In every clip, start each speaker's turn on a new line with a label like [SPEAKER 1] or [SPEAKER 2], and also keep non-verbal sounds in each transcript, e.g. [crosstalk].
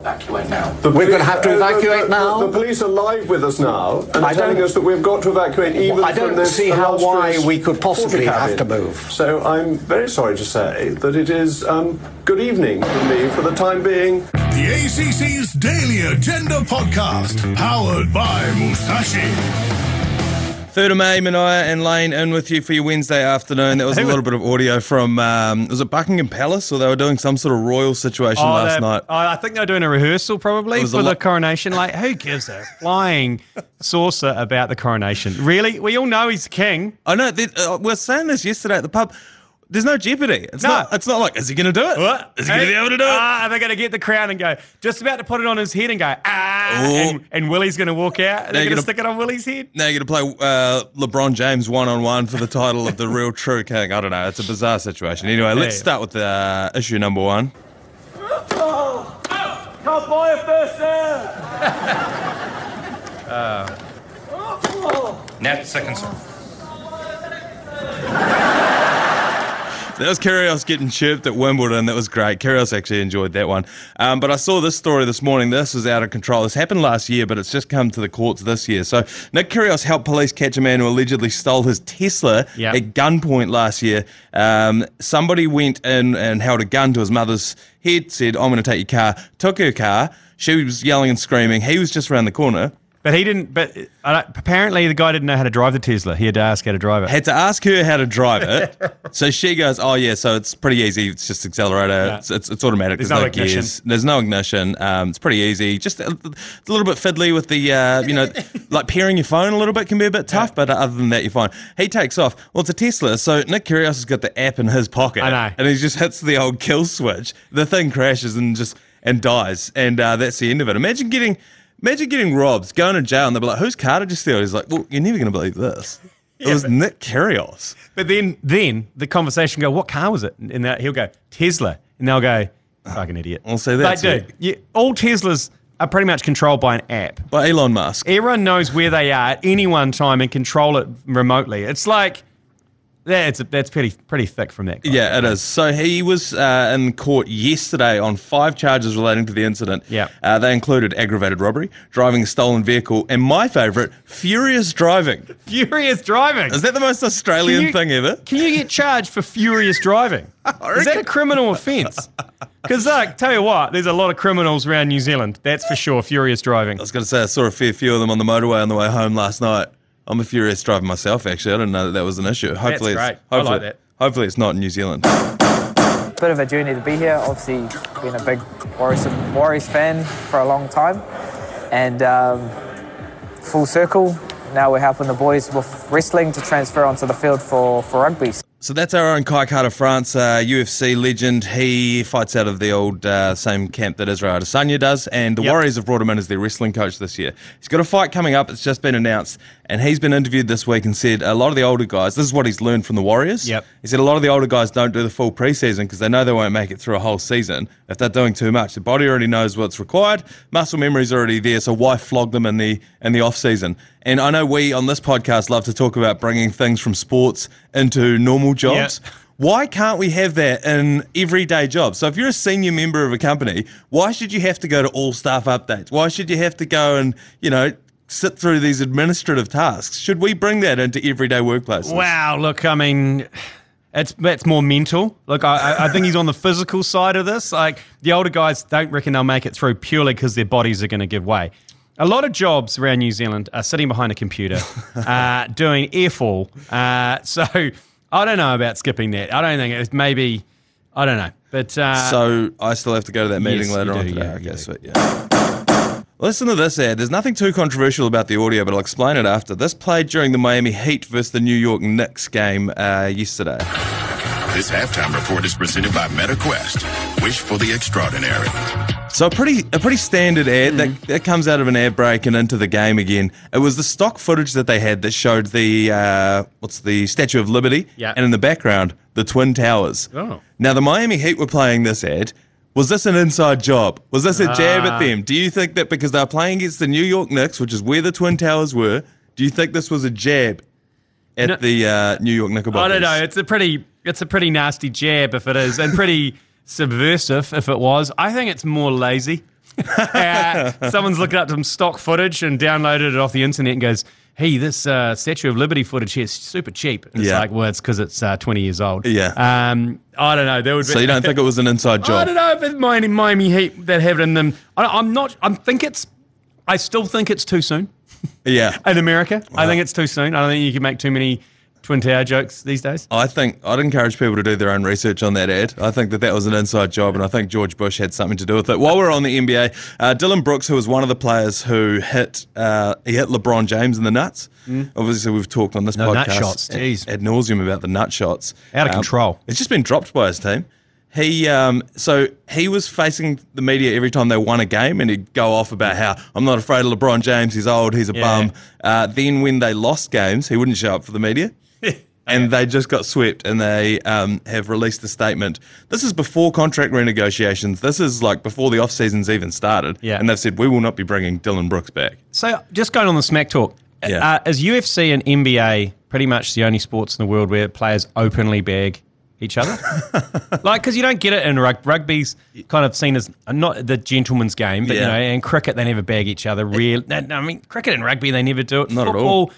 [SPEAKER 1] Evacuate now.
[SPEAKER 2] We're going to have to
[SPEAKER 3] Uh, the-
[SPEAKER 2] evacuate
[SPEAKER 3] the,
[SPEAKER 2] now.
[SPEAKER 3] The, police are live with us now and
[SPEAKER 2] I
[SPEAKER 3] telling
[SPEAKER 2] don't-
[SPEAKER 3] us that we've got to evacuate even
[SPEAKER 2] I don't
[SPEAKER 3] from this
[SPEAKER 2] see how-
[SPEAKER 3] illustrious
[SPEAKER 2] why we could possibly
[SPEAKER 3] porter
[SPEAKER 2] have
[SPEAKER 3] cabin.
[SPEAKER 2] to move.
[SPEAKER 3] So I'm very sorry to say that it is um, good evening from me for the time being.
[SPEAKER 4] The ACC's Daily Agenda Podcast, powered by Musashi.
[SPEAKER 5] 3rd of May, Mania and Lane in with you for your Wednesday afternoon. That
[SPEAKER 6] [laughs]
[SPEAKER 5] was a little bit of audio from, um, was it Buckingham Palace? Or they were doing some sort of royal situation
[SPEAKER 6] Oh,
[SPEAKER 5] last
[SPEAKER 6] they-
[SPEAKER 5] night.
[SPEAKER 6] I, I think they're doing a rehearsal probably
[SPEAKER 5] It was a
[SPEAKER 6] for the
[SPEAKER 5] lot-
[SPEAKER 6] coronation. Like, who
[SPEAKER 5] [laughs]
[SPEAKER 6] gives a flying saucer about the coronation? Really? We all know he's the king.
[SPEAKER 5] I know, they, uh, we were saying this yesterday at the pub. There's no jeopardy. It's,
[SPEAKER 6] No.
[SPEAKER 5] not, it's not like, is he going to do it?
[SPEAKER 6] What?
[SPEAKER 5] Is he going to be able to do it?
[SPEAKER 6] Ah, are they going to get the crown and go, just about to put it on his head and go, ah,
[SPEAKER 5] Ooh.
[SPEAKER 6] and, and Willie's going to walk out? Are
[SPEAKER 5] Oh. Now
[SPEAKER 6] they
[SPEAKER 5] you're
[SPEAKER 6] going
[SPEAKER 5] gonna-
[SPEAKER 6] to stick it on Willie's head?
[SPEAKER 5] now you're going to play uh, LeBron James one on one for the title of the real true king. I don't know. It's a bizarre situation. Anyway, let's
[SPEAKER 6] Yeah.
[SPEAKER 5] start with uh, issue number one.
[SPEAKER 7] Can't buy a fair sale.
[SPEAKER 1] Now, second serve.
[SPEAKER 5] That was Kyrgios getting chirped at Wimbledon. That was great. Kyrgios actually enjoyed that one. Um, but I saw this story this morning. This is out of control. This happened last year, but it's just come to the courts this year. So Nick Kyrgios helped police catch a man who allegedly stole his Tesla
[SPEAKER 6] Yep.
[SPEAKER 5] at gunpoint last year. Um, somebody went in and held a gun to his mother's head, said, I'm going to take your car. Took her car. She was yelling and screaming. He was just around the corner.
[SPEAKER 6] But he didn't, but uh, apparently the guy didn't know how to drive the Tesla. He had to ask how to drive it.
[SPEAKER 5] Had to ask her how to drive
[SPEAKER 6] [laughs]
[SPEAKER 5] it. so she goes, "Oh yeah, so it's pretty easy. It's just accelerator. It's, it's it's automatic.
[SPEAKER 6] There's
[SPEAKER 5] There's, no,
[SPEAKER 6] no ignition.
[SPEAKER 5] gears. There's no ignition. Um, it's pretty easy. Just a, it's a little bit fiddly with the uh, you
[SPEAKER 6] [laughs]
[SPEAKER 5] know, like pairing your phone a little bit can be a bit tough. But other than that, you're fine. He takes off. Well, it's a Tesla, so Nick Kyrgios has got the app in his pocket.
[SPEAKER 6] I know.
[SPEAKER 5] And he just hits the old kill switch. The thing crashes and just and dies. And uh, that's the end of it. Imagine getting. Imagine getting robbed, going to jail, and they'll be like, "Whose car did you steal?" He's like, "Well, you're never going to believe this. It was Nick Kyrgios."
[SPEAKER 6] But then, then the conversation go, "What car was it?" And that he'll go, "Tesla," and they'll go, "Fucking idiot."
[SPEAKER 5] I'll say that
[SPEAKER 6] They
[SPEAKER 5] too.
[SPEAKER 6] do. You, all Teslas are pretty much controlled by an app.
[SPEAKER 5] By Elon Musk.
[SPEAKER 6] Everyone knows where they are at any one time and control it remotely. It's like that's that's pretty pretty thick from that. Guy.
[SPEAKER 5] Yeah, it is. So he was uh, in court yesterday on five charges relating to the incident.
[SPEAKER 6] Yeah.
[SPEAKER 5] Uh, they included aggravated robbery, driving a stolen vehicle, and my favourite, furious driving.
[SPEAKER 6] Furious driving.
[SPEAKER 5] Is that the most Australian
[SPEAKER 6] Can you-
[SPEAKER 5] thing ever?
[SPEAKER 6] Can you get charged for furious
[SPEAKER 5] [laughs]
[SPEAKER 6] driving? Is that a criminal offence? Because, like, tell you what, there's a lot of criminals around New Zealand. That's for sure. Furious driving.
[SPEAKER 5] I was going to say, I saw a fair few of them on the motorway on the way home last night. I'm a furious driver myself, actually. I didn't know that, that was an issue. Hopefully,
[SPEAKER 6] great.
[SPEAKER 5] It's,
[SPEAKER 6] I like
[SPEAKER 5] hopefully,
[SPEAKER 6] that.
[SPEAKER 5] Hopefully, it's not in New Zealand.
[SPEAKER 8] bit of a journey to be here. Obviously, been a big Warriors, Warriors fan for a long time, and um, full circle. Now we're helping the boys with wrestling to transfer onto the field for, for rugby.
[SPEAKER 5] So that's our own Kai Carter France, uh, UFC legend. He fights out of the old uh, same camp that Israel Adesanya does, and the
[SPEAKER 6] Yep.
[SPEAKER 5] Warriors have brought him in as their wrestling coach this year. He's got a fight coming up; it's just been announced, and he's been interviewed this week and said a lot of the older guys. This is what he's learned from the Warriors.
[SPEAKER 6] Yep.
[SPEAKER 5] He said a lot of the older guys don't do the full preseason because they know they won't make it through a whole season if they're doing too much. The body already knows what's required, muscle memory's already there, so why flog them in the in the off season? And I know we on this podcast love to talk about bringing things from sports into normal jobs.
[SPEAKER 6] Yeah.
[SPEAKER 5] Why can't we have that in everyday jobs? So if you're a senior member of a company, why should you have to go to all staff updates? Why should you have to go and, you know, sit through these administrative tasks? Should we bring that into everyday workplaces?
[SPEAKER 6] Wow. Look, I mean, it's that's more mental. Look, I, I- I think he's on the physical side of this. Like the older guys don't reckon they'll make it through purely because their bodies are going to give way. A lot of jobs around New Zealand are sitting behind a computer, uh, doing airfall. Uh, so I don't know about skipping that. I don't think it's maybe. I don't know, but uh,
[SPEAKER 5] So I still have to go to that meeting
[SPEAKER 6] Yes,
[SPEAKER 5] later
[SPEAKER 6] you
[SPEAKER 5] on
[SPEAKER 6] do,
[SPEAKER 5] today.
[SPEAKER 6] yeah,
[SPEAKER 5] okay,
[SPEAKER 6] you do.
[SPEAKER 5] sweet. Yeah. Listen to this ad. There's nothing too controversial about the audio, but I'll explain it after. This played during the Miami Heat versus the New York Knicks game uh, yesterday.
[SPEAKER 4] This halftime report is presented by MetaQuest. Wish for the extraordinary.
[SPEAKER 5] So a pretty a pretty standard ad that,
[SPEAKER 6] Mm-hmm.
[SPEAKER 5] that comes out of an ad break and into the game again. It was the stock footage that they had that showed the uh, what's the Statue of Liberty,
[SPEAKER 6] Yeah.
[SPEAKER 5] and in the background the Twin Towers.
[SPEAKER 6] Oh.
[SPEAKER 5] Now the Miami Heat were playing this ad. Was this an inside job? Was this a jab
[SPEAKER 6] Ah.
[SPEAKER 5] at them? Do you think that because they're playing against the New York Knicks, which is where the Twin Towers were, do you think this was a jab at
[SPEAKER 6] No.
[SPEAKER 5] the uh, New York
[SPEAKER 6] I
[SPEAKER 5] Knickerbockers?
[SPEAKER 6] don't know. It's a pretty it's a pretty [laughs] nasty jab if it is, and pretty subversive if it was. I think it's more lazy. [laughs] Uh, someone's looking up some stock footage and downloaded it off the internet and goes, hey, this uh, Statue of Liberty footage here is super cheap. And it's
[SPEAKER 5] Yeah.
[SPEAKER 6] like, well, it's because it's uh, 20 years old.
[SPEAKER 5] Yeah.
[SPEAKER 6] Um, I don't know. There would be,
[SPEAKER 5] So you
[SPEAKER 6] [laughs]
[SPEAKER 5] don't think it was an inside
[SPEAKER 6] I
[SPEAKER 5] job?
[SPEAKER 6] don't know if it's Miami, Miami Heat that have it in them. I, I'm not, I think it's, I still think it's too soon
[SPEAKER 5] Yeah.
[SPEAKER 6] in America. I think it's too soon. I don't think you can make too many Twin Tower jokes these days.
[SPEAKER 5] I think I'd encourage people to do their own research on that ad. I think that that was an inside job, and I think George Bush had something to do with it. While we're on the NBA, uh, Dylan Brooks, who was one of the players who hit uh, he hit LeBron James in the nuts. Obviously, we've talked on this
[SPEAKER 6] Hmm. No,
[SPEAKER 5] podcast
[SPEAKER 6] nut shots, jeez.
[SPEAKER 5] ad, ad nauseum about the nut shots. Um,
[SPEAKER 6] Out of control.
[SPEAKER 5] It's just been dropped by his team. He um, so he was facing the media every time they won a game, and he'd go off about how I'm not afraid of LeBron James. He's old. He's a bum. Uh, then when they lost games, he wouldn't show up for the
[SPEAKER 6] [laughs]
[SPEAKER 5] media. And they just got swept, and they um, have released a statement. This is before contract renegotiations. This is like before the off season's even started.
[SPEAKER 6] Yeah.
[SPEAKER 5] And they've said we will not be bringing Dylan Brooks back.
[SPEAKER 6] So just going on the smack talk,
[SPEAKER 5] Yeah.
[SPEAKER 6] uh, is UFC and NBA pretty much the only sports in the world where players openly bag
[SPEAKER 5] [laughs]
[SPEAKER 6] each other? like, because you don't get it in rug- rugby's kind of seen as not the gentleman's game, but you
[SPEAKER 5] Yeah.
[SPEAKER 6] know, in cricket they never bag each other. Real, no, no, I mean, cricket and rugby they never do it.
[SPEAKER 5] Not at
[SPEAKER 6] Football,
[SPEAKER 5] all.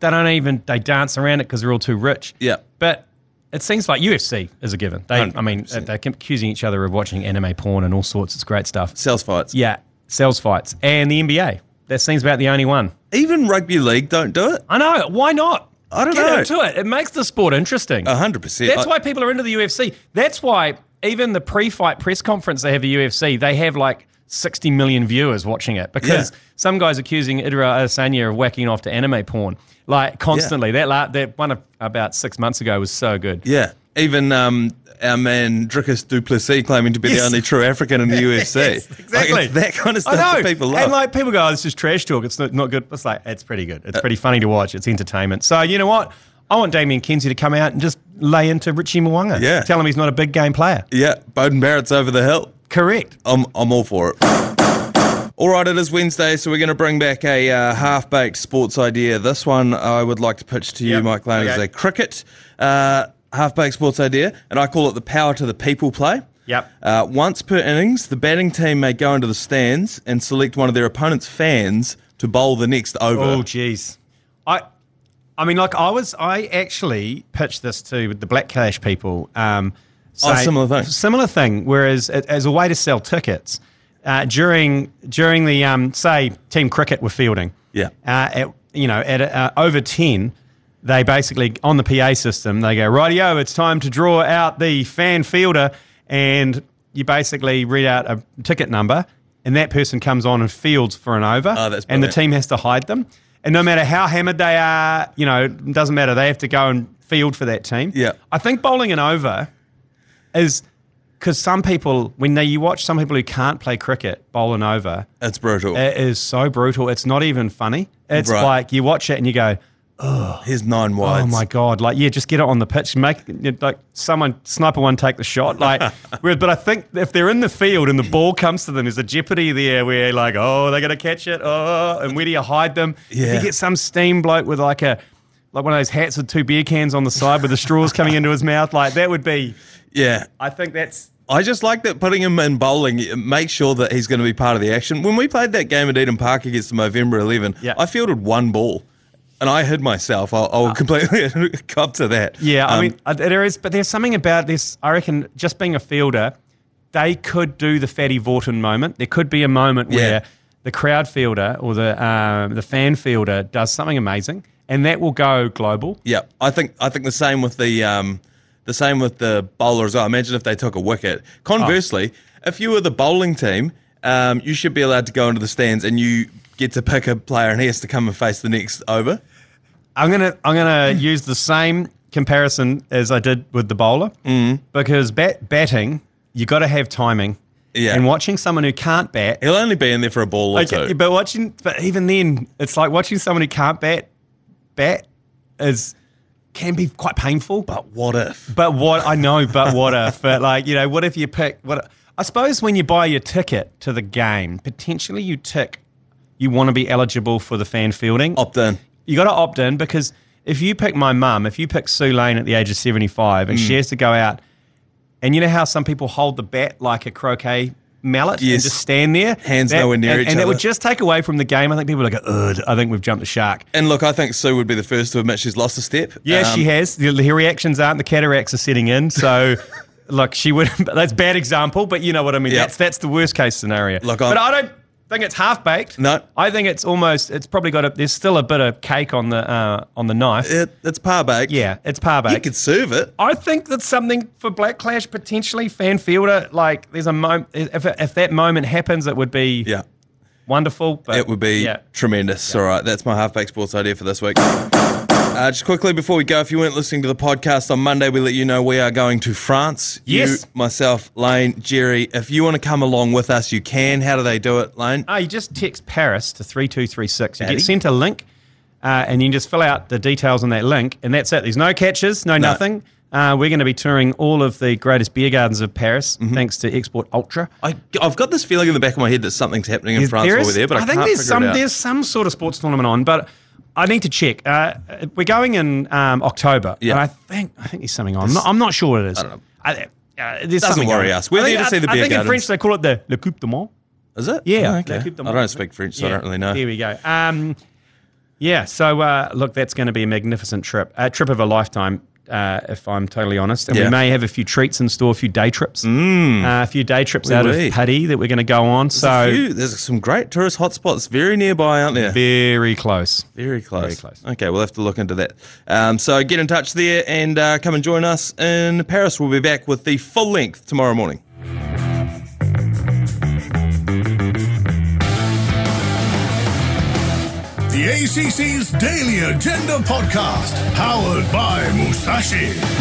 [SPEAKER 6] They don't even they dance around it because they're all too rich.
[SPEAKER 5] Yeah.
[SPEAKER 6] but. It seems like UFC is a given. They, I mean,
[SPEAKER 5] 100%.
[SPEAKER 6] they're accusing each other of watching anime porn and all sorts. It's great stuff.
[SPEAKER 5] Sales fights.
[SPEAKER 6] Yeah, sales fights and the NBA. That seems about the only one.
[SPEAKER 5] Even rugby league don't do it.
[SPEAKER 6] I know. Why not?
[SPEAKER 5] I don't
[SPEAKER 6] Get
[SPEAKER 5] know. Uh-huh.
[SPEAKER 6] into it. It makes the sport interesting.
[SPEAKER 5] hundred percent.
[SPEAKER 6] That's why people are into the UFC. That's why even the pre-fight press conference they have the UFC, they have like 60 million viewers watching it because
[SPEAKER 5] Yeah.
[SPEAKER 6] some guys accusing Idra Asanya of whacking off to anime porn like constantly. That la- that one of, about six months ago was so good.
[SPEAKER 5] Yeah. Even um, our man Dricus Duplessis claiming to be
[SPEAKER 6] Yes.
[SPEAKER 5] the only true African in
[SPEAKER 6] [laughs]
[SPEAKER 5] the UFC.
[SPEAKER 6] Yes,
[SPEAKER 5] Like,
[SPEAKER 6] exactly.
[SPEAKER 5] it's that kind of
[SPEAKER 6] I
[SPEAKER 5] stuff that
[SPEAKER 6] know.
[SPEAKER 5] people love.
[SPEAKER 6] And like people go, oh, this is trash talk. It's not, not good. It's like, it's pretty good.
[SPEAKER 5] Uh,
[SPEAKER 6] It's pretty funny to watch. It's entertainment. So, you know what? I want Damien Kinsey to come out and just lay into Richie Mwanga.
[SPEAKER 5] Yeah.
[SPEAKER 6] Tell him he's not a big game player.
[SPEAKER 5] yeah, Bowden Barrett's over the hill.
[SPEAKER 6] Correct.
[SPEAKER 5] I'm, I'm all for it. All right, it is Wednesday, so we're going to bring back a uh, half baked sports idea. This one I would like to pitch to you,
[SPEAKER 6] Yep.
[SPEAKER 5] Mike Lane, is
[SPEAKER 6] Okay.
[SPEAKER 5] a cricket uh, half baked sports idea, and I call it the power to the people play.
[SPEAKER 6] Yep.
[SPEAKER 5] Uh, once per innings, the batting team may go into the stands and select one of their opponent's fans to bowl the next over.
[SPEAKER 6] Oh, jeez. I, I mean, like I was, I actually pitched this to the Black Cash people. Um,
[SPEAKER 5] Oh,
[SPEAKER 6] say-
[SPEAKER 5] similar thing.
[SPEAKER 6] Similar thing. Whereas, a- as a way to sell tickets uh, during during the um, say team cricket were fielding.
[SPEAKER 5] Yeah.
[SPEAKER 6] Uh, at, you know, at uh, over ten, they basically on the PA system they go rightio. It's time to draw out the fan fielder, and you basically read out a ticket number, and that person comes on and fields for an over,
[SPEAKER 5] Oh, that's
[SPEAKER 6] and the
[SPEAKER 5] brilliant.
[SPEAKER 6] team team has to hide them. And no matter how hammered they are, you know, it doesn't matter. They have to go and field for that team.
[SPEAKER 5] Yeah.
[SPEAKER 6] I think bowling an over is because some people, when they, you watch some people who can't play cricket bowl an over,
[SPEAKER 5] That's brutal.
[SPEAKER 6] it is so brutal. It's not even funny. It's
[SPEAKER 5] Right.
[SPEAKER 6] like you watch it and you go,
[SPEAKER 5] Here's nine
[SPEAKER 6] oh
[SPEAKER 5] wides.
[SPEAKER 6] my God. Like, yeah, just get it on the pitch. Make, like, someone, sniper one, take the
[SPEAKER 5] [laughs]
[SPEAKER 6] shot. Like, whereas- but I think if they're in the field and the ball comes to them, there's a jeopardy there where, like, oh, they're going to catch it. Oh, and where do you hide them? If
[SPEAKER 5] Yeah.
[SPEAKER 6] you get some steam bloke with, like, a, like one of those hats with two beer cans on the side with the straws coming into his mouth, like, that would be,
[SPEAKER 5] Yeah.
[SPEAKER 6] I think that's,
[SPEAKER 5] I just like that putting him in bowling it makes sure that he's going to be part of the action. When we played that game at Eden Park against the November 11,
[SPEAKER 6] Yeah. Ah.
[SPEAKER 5] I fielded one ball and I hid myself. I'll, I'll completely [laughs] cop to that.
[SPEAKER 6] yeah, I
[SPEAKER 5] Um,
[SPEAKER 6] mean, uh, there is, but there's something about this. I reckon just being a fielder, they could do the Fatty Vorton moment. There could be a moment
[SPEAKER 5] Yeah.
[SPEAKER 6] where the crowd fielder or the um, the fan fielder does something amazing, and that will go global.
[SPEAKER 5] Yeah, I think I think the same with the um, the same with the bowlers. I imagine if they took a wicket. Conversely, if you were the bowling team, um, you should be allowed to go into the stands and you get to pick a player and he has to come and face the next over.
[SPEAKER 6] I'm gonna
[SPEAKER 5] [laughs]
[SPEAKER 6] I'm gonna use the same comparison as I did with the bowler
[SPEAKER 5] Mm.
[SPEAKER 6] because bat, batting you got to have timing.
[SPEAKER 5] Yeah.
[SPEAKER 6] and watching someone who can't bat
[SPEAKER 5] He'll only be in there for a ball or
[SPEAKER 6] Okay,
[SPEAKER 5] two.
[SPEAKER 6] but watching, but even then, it's like watching someone who can't bat bat is can be quite painful. But,
[SPEAKER 5] But what if?
[SPEAKER 6] but what I know, but what if? But like you know, what if you pick? What I suppose when you buy your ticket to the game, potentially you tick you want to be eligible for the fan fielding.
[SPEAKER 5] Opt in.
[SPEAKER 6] You got to opt in because if you pick my mum, if you pick Sue Lane at the age of
[SPEAKER 5] Mm.
[SPEAKER 6] seventy five, and she has to go out, and you know how some people hold the bat like a croquet mallet and
[SPEAKER 5] Yes.
[SPEAKER 6] just stand there.
[SPEAKER 5] Hands nowhere near
[SPEAKER 6] and,
[SPEAKER 5] each
[SPEAKER 6] and that
[SPEAKER 5] other.
[SPEAKER 6] would just take away from the game. I think people are like, ugh, I think we've jumped the shark.
[SPEAKER 5] And look, I think Sue would be the first to admit she's lost a step.
[SPEAKER 6] Yeah,
[SPEAKER 5] Um,
[SPEAKER 6] she has. The, the reactions aren't. The cataracts are setting
[SPEAKER 5] [laughs]
[SPEAKER 6] in. So, look, she would. That's a bad example, but you know what I mean.
[SPEAKER 5] Yeah.
[SPEAKER 6] That's that's the worst case scenario.
[SPEAKER 5] Look, I'm-
[SPEAKER 6] but I don't think it's half baked.
[SPEAKER 5] No.
[SPEAKER 6] I think it's almost. It's probably got a. There's still a bit of cake on the uh, on the knife.
[SPEAKER 5] It, it's par baked.
[SPEAKER 6] yeah, it's par
[SPEAKER 5] You
[SPEAKER 6] baked.
[SPEAKER 5] could serve it.
[SPEAKER 6] I think that's something for Black Clash potentially fan fielder. Like, there's a moment. If, if that moment happens, it would be
[SPEAKER 5] Yeah.
[SPEAKER 6] wonderful. But
[SPEAKER 5] It would be
[SPEAKER 6] yeah.
[SPEAKER 5] tremendous. All right, that's my halfback sports idea for this week. Uh, just quickly before we go, if you weren't listening to the podcast on Monday, we let you know we are going to France.
[SPEAKER 6] Yes.
[SPEAKER 5] You, myself, Lane, Jerry. If you want to come along with us, you can. How do they do it, Lane?
[SPEAKER 6] Oh, you just text Paris to 3236. You
[SPEAKER 5] Daddy.
[SPEAKER 6] get sent a link, uh, and you can just fill out the details on that link, and that's it. There's no catches, no, nothing. Uh, we're going to be touring all of the greatest beer gardens of Paris, thanks to Export Ultra.
[SPEAKER 5] I, I've got this feeling in the back of my head that something's happening in France
[SPEAKER 6] There
[SPEAKER 5] while
[SPEAKER 6] is-
[SPEAKER 5] we're there, but I,
[SPEAKER 6] think
[SPEAKER 5] can't
[SPEAKER 6] there's
[SPEAKER 5] figure
[SPEAKER 6] some
[SPEAKER 5] it out.
[SPEAKER 6] there's some sort of sports tournament on, but I need to check. Uh, we're going in um, October,
[SPEAKER 5] Yeah.
[SPEAKER 6] and I think I think there's something on. I'm not, I'm not sure what it is. I uh,
[SPEAKER 5] don't know.
[SPEAKER 6] there's
[SPEAKER 5] Doesn't
[SPEAKER 6] something
[SPEAKER 5] worry
[SPEAKER 6] going on.
[SPEAKER 5] us. We're
[SPEAKER 6] I
[SPEAKER 5] there
[SPEAKER 6] think-
[SPEAKER 5] to see the
[SPEAKER 6] I-
[SPEAKER 5] beer
[SPEAKER 6] I think in
[SPEAKER 5] gardens.
[SPEAKER 6] French they call it the Le Coupe de Monde.
[SPEAKER 5] Is it?
[SPEAKER 6] Yeah,
[SPEAKER 5] Oh,
[SPEAKER 6] they
[SPEAKER 5] okay.
[SPEAKER 6] keep them
[SPEAKER 5] I
[SPEAKER 6] on.
[SPEAKER 5] don't speak French, so I
[SPEAKER 6] Yeah.
[SPEAKER 5] don't really know.
[SPEAKER 6] There we go. Um, yeah, so uh, look, that's going to be a magnificent trip, a trip of a lifetime, uh, if I'm totally honest. And
[SPEAKER 5] Yeah.
[SPEAKER 6] we may have a few treats in store, a few day trips, uh, a few day trips
[SPEAKER 5] Oui,
[SPEAKER 6] out
[SPEAKER 5] oui.
[SPEAKER 6] of Paddy that we're going to go on.
[SPEAKER 5] There's a
[SPEAKER 6] so
[SPEAKER 5] few- there's some great tourist hotspots very nearby, aren't there?
[SPEAKER 6] very close.
[SPEAKER 5] Very close.
[SPEAKER 6] Very close.
[SPEAKER 5] Okay, we'll have to look into that. Um, so get in touch there and uh, come and join us in Paris. We'll be back with the full length tomorrow morning.
[SPEAKER 4] The ACC's Daily Agenda Podcast, powered by Musashi.